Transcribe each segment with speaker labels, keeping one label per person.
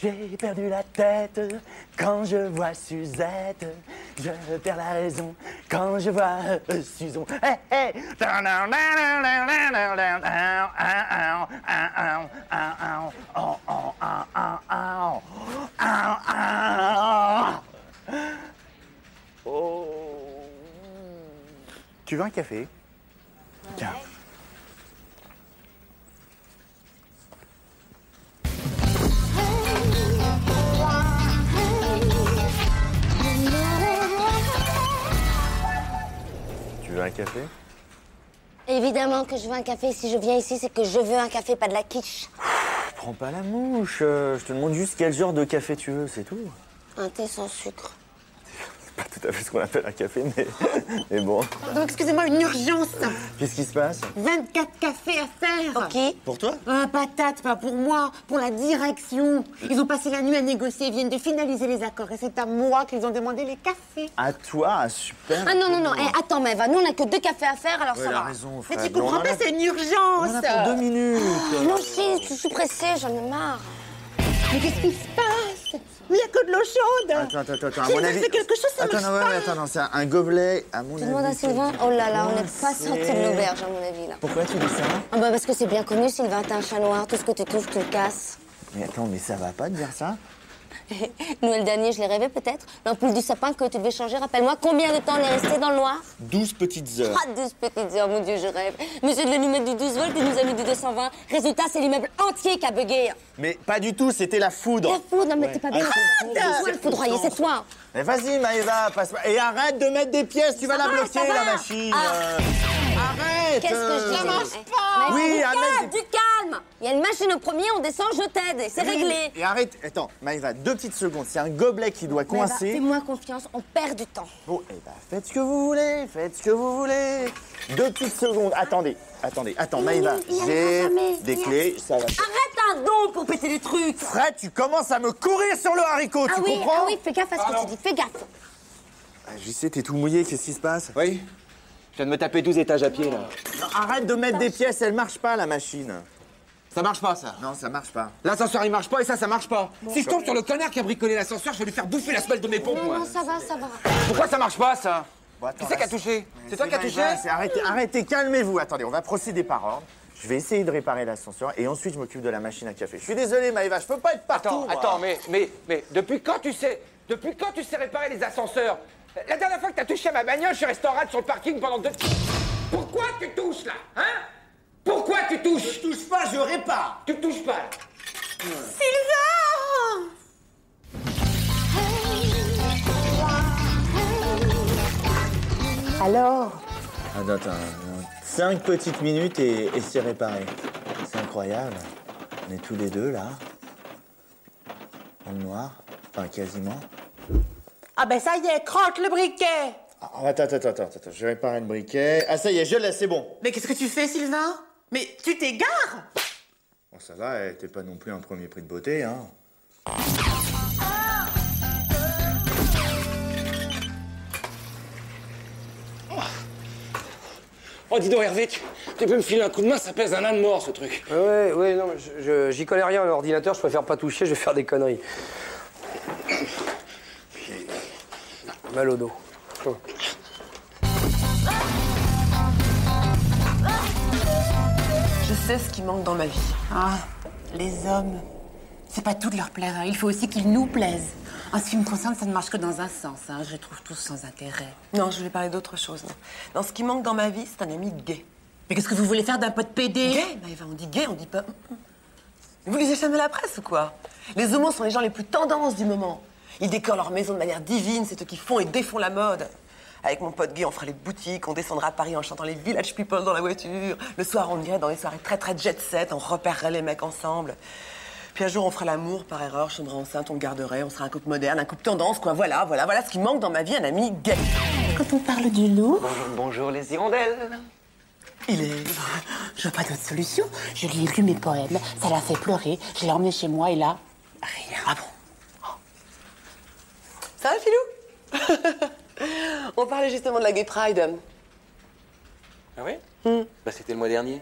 Speaker 1: J'ai perdu la tête quand je vois Suzette. Je perds la raison quand je vois euh, euh, Suzon. Hey, hey. Oh. Tu veux un café Tiens. Tu veux un café
Speaker 2: Évidemment que je veux un café. Si je viens ici, c'est que je veux un café, pas de la quiche.
Speaker 1: Prends pas la mouche. euh, Je te demande juste quel genre de café tu veux, c'est tout.
Speaker 2: Un thé sans sucre.
Speaker 1: Pas tout à fait ce qu'on appelle un café, mais, mais bon.
Speaker 3: Pardon, excusez-moi, une urgence
Speaker 1: Qu'est-ce qui se passe
Speaker 3: 24 cafés à faire
Speaker 2: Ok.
Speaker 1: Pour toi
Speaker 3: Ah, patate, pas pour moi, pour la direction. Ils ont passé la nuit à négocier, ils viennent de finaliser les accords et c'est à moi qu'ils ont demandé les cafés.
Speaker 1: À toi, ah, super.
Speaker 2: Ah non, non, non. Eh, attends, mais nous, on a que deux cafés à faire, alors
Speaker 1: Ouais,
Speaker 2: ça
Speaker 1: elle a
Speaker 2: va.
Speaker 1: raison,
Speaker 3: Mais
Speaker 1: Fred.
Speaker 3: tu
Speaker 1: Mais on en
Speaker 3: comprends pas,
Speaker 1: a-
Speaker 3: c'est une
Speaker 1: On
Speaker 3: urgence
Speaker 1: en a pour deux minutes.
Speaker 2: Moi aussi, je suis pressée, j'en ai marre.
Speaker 3: Mais qu'est-ce qui se passe Il n'y a que de l'eau chaude
Speaker 1: Attends, attends, attends, à
Speaker 3: J'ai
Speaker 1: mon
Speaker 3: besoin de
Speaker 1: avis...
Speaker 3: quelque chose, ça
Speaker 1: Attends,
Speaker 3: marche
Speaker 1: non, ouais,
Speaker 3: pas.
Speaker 1: ouais, attends, non, c'est un- un gobelet, à mon avis...
Speaker 2: Je demande à
Speaker 1: c'est-
Speaker 2: Sylvain. Oh là là, on n'est pas
Speaker 1: c'est-
Speaker 2: sorti de l'auberge, à mon avis, là.
Speaker 1: Pourquoi tu dis ça
Speaker 2: Ah bah parce que c'est bien connu, Sylvain, t'es un chat noir. Tout ce que tu touches, tu le casses.
Speaker 1: Mais attends, mais ça va pas de dire ça
Speaker 2: Noël dernier, je l'ai rêvé peut-être. L'ampoule du sapin que tu devais changer, rappelle-moi combien de temps on est resté dans le noir
Speaker 1: 12 petites heures.
Speaker 2: Ah, 12 petites heures, mon Dieu, je rêve. Monsieur devait nous mettre du 12 volts, il nous a mis du 220. Résultat, c'est l'immeuble entier qui a bugué.
Speaker 1: Mais pas du tout, c'était la foudre.
Speaker 2: La foudre, non mais t'es pas bien.
Speaker 1: Ah,
Speaker 2: C'est toi le foudroyé, c'est toi.
Speaker 1: Mais vas-y, Maëva, passe pas. Et arrête de mettre des pièces, tu vas
Speaker 2: Ça
Speaker 1: la
Speaker 2: va, ça
Speaker 1: bloquer,
Speaker 2: va.
Speaker 1: la machine.
Speaker 2: Ah.
Speaker 1: euh. Arrête.
Speaker 2: Qu'est-ce que je
Speaker 1: euh.
Speaker 2: dis Eh,
Speaker 1: pas.
Speaker 2: Oui,
Speaker 1: Oui,
Speaker 2: du
Speaker 1: un
Speaker 2: calme,
Speaker 1: mec-
Speaker 2: du calme Il y a une machine au premier, on descend, je t'aide, et c'est
Speaker 1: Oui,
Speaker 2: réglé.
Speaker 1: Et arrête, attends, Maëva, deux petites secondes. C'est un gobelet qui doit
Speaker 2: Mais bah,
Speaker 1: coincer.
Speaker 2: Fais-moi confiance, on perd du temps.
Speaker 1: Bon, eh ben, faites ce que vous voulez, faites ce que vous voulez. Deux petites secondes, attendez, attendez, attends, Maëva,
Speaker 2: Il y en aura
Speaker 1: j'ai
Speaker 2: jamais.
Speaker 1: des
Speaker 2: Il y a-
Speaker 1: clés, ça va.
Speaker 2: Arrête un don pour péter les trucs
Speaker 1: Fred, tu commences à me courir sur le haricot,
Speaker 2: Ah
Speaker 1: tu
Speaker 2: oui,
Speaker 1: comprends
Speaker 2: ah oui, fais gaffe à ce que tu dis, fais gaffe.
Speaker 1: Ah, JC, t'es tout mouillé, qu'est-ce qui se passe
Speaker 4: Oui Je viens de me taper 12 étages à pied, là.
Speaker 1: Non, Arrête de mettre des pièces, elle marche pas, la machine.
Speaker 4: Ça marche pas, ça.
Speaker 1: Non, ça marche pas.
Speaker 4: L'ascenseur, il marche pas et ça, ça marche pas. Si je tombe sur le connard qui a bricolé l'ascenseur, je vais lui faire bouffer la semelle de mes pompes,
Speaker 2: Non,
Speaker 4: moi.
Speaker 2: non, ça va, ça va.
Speaker 4: Pourquoi ça marche pas, ça
Speaker 1: Bon, attends,
Speaker 4: Qui c'est
Speaker 1: là,
Speaker 4: qui a touché
Speaker 1: Mais
Speaker 4: C'est toi qui as
Speaker 1: vrai,
Speaker 4: touché
Speaker 1: c'est- Arrêtez, arrêtez, calmez-vous. Attendez, on va procéder par ordre. Je vais essayer de réparer l'ascenseur et ensuite je m'occupe de la machine à café. Je suis désolé, Maëva, je peux pas être partout.
Speaker 4: Attends,
Speaker 1: moi.
Speaker 4: attends, mais, mais, mais, depuis quand tu sais, depuis quand tu sais réparer les ascenseurs La dernière fois que t'as touché à ma bagnole, je suis resté en rade sur le parking pendant deux... Pourquoi tu touches, là Hein Pourquoi tu touches
Speaker 1: touche pas, je répare.
Speaker 4: Tu touches pas, là.
Speaker 3: Ah. Sylvain Alors
Speaker 1: Attends, attends. Cinq petites minutes et, et c'est réparé. C'est incroyable. On est tous les deux là. En noir. Enfin, quasiment.
Speaker 3: Ah ben ça y est, croque le briquet
Speaker 1: Ah, attends, attends, attends, attends, attends, je vais réparer le briquet. Ah, ça y est, je l'ai, c'est bon.
Speaker 3: Mais qu'est-ce que tu fais, Sylvain Mais tu t'égares
Speaker 1: Bon, ça va, eh, t'es pas non plus un premier prix de beauté, hein.
Speaker 5: Oh, dis donc, Hervé, tu, tu peux me filer un coup de main, ça pèse un âne mort, ce truc.
Speaker 6: Ouais, ouais, non, mais je- je- j'y connais rien à l'ordinateur, je préfère pas toucher, je vais faire des conneries. Mal au dos. Oh.
Speaker 7: Je sais ce qui manque dans ma vie.
Speaker 3: Ah, les hommes. C'est pas tout de leur plaire, hein. il faut aussi qu'ils nous plaisent. En ce qui me concerne, ça ne marche que dans un sens. hein. Je les trouve tous sans intérêt.
Speaker 7: Non, je vais parler d'autre chose. non. Non, ce qui manque dans ma vie, c'est un ami gay.
Speaker 3: Mais qu'est-ce que vous voulez faire d'un pote PD
Speaker 7: Gay Maëva, on dit gay, on dit pas. Vous lisez jamais la presse ou quoi Les homos sont les gens les plus tendances du moment. Ils décorent leur maison de manière divine, c'est eux qui font et défont la mode. Avec mon pote Guy, on fera les boutiques, on descendra à Paris en chantant les Village People dans la voiture. Le soir, on irait dans des soirées très très jet set, on repérerait les mecs ensemble. Puis un jour, on fera l'amour par erreur, je tomberai enceinte, on le garderait, on sera un couple moderne, un couple tendance, quoi. Voilà, voilà, voilà ce qui manque dans ma vie, un ami gay.
Speaker 3: Quand on parle du loup,
Speaker 5: Bonjour les hirondelles.
Speaker 3: il est. Je vois pas d'autre solution. Je lui ai lu mes poèmes, ça l'a fait pleurer, je l'ai emmené chez moi et là, rien. Ah bon
Speaker 7: Oh. Ça va, Philou On parlait justement de la Gay Pride.
Speaker 5: Ah oui
Speaker 4: Hmm.
Speaker 5: Bah c'était le mois dernier.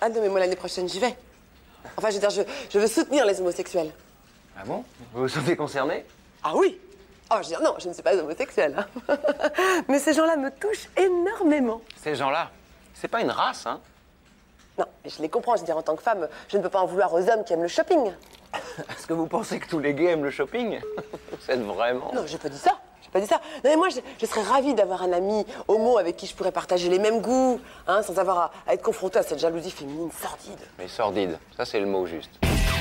Speaker 7: Ah non, mais moi, l'année prochaine, j'y vais. Enfin, je veux dire, je, je veux soutenir les homosexuels.
Speaker 5: Ah bon Vous vous sentez concerné
Speaker 7: Ah oui Oh, je veux dire, non, je ne suis pas homosexuelle. hein. mais ces gens-là me touchent énormément.
Speaker 5: Ces gens-là, c'est pas une race, hein
Speaker 7: Non, mais je les comprends. Je veux dire, en tant que femme, je ne peux pas en vouloir aux hommes qui aiment le shopping.
Speaker 5: Est-ce que vous pensez que tous les gays aiment le shopping Vous êtes vraiment...
Speaker 7: Ah Non, j'ai pas dit ça. J'ai pas dit ça. Non, mais moi, je, je serais ravie d'avoir un ami homo avec qui je pourrais partager les mêmes goûts, hein, sans avoir à, à être confrontée à cette jalousie féminine sordide.
Speaker 5: Mais sordide, ça c'est le mot juste.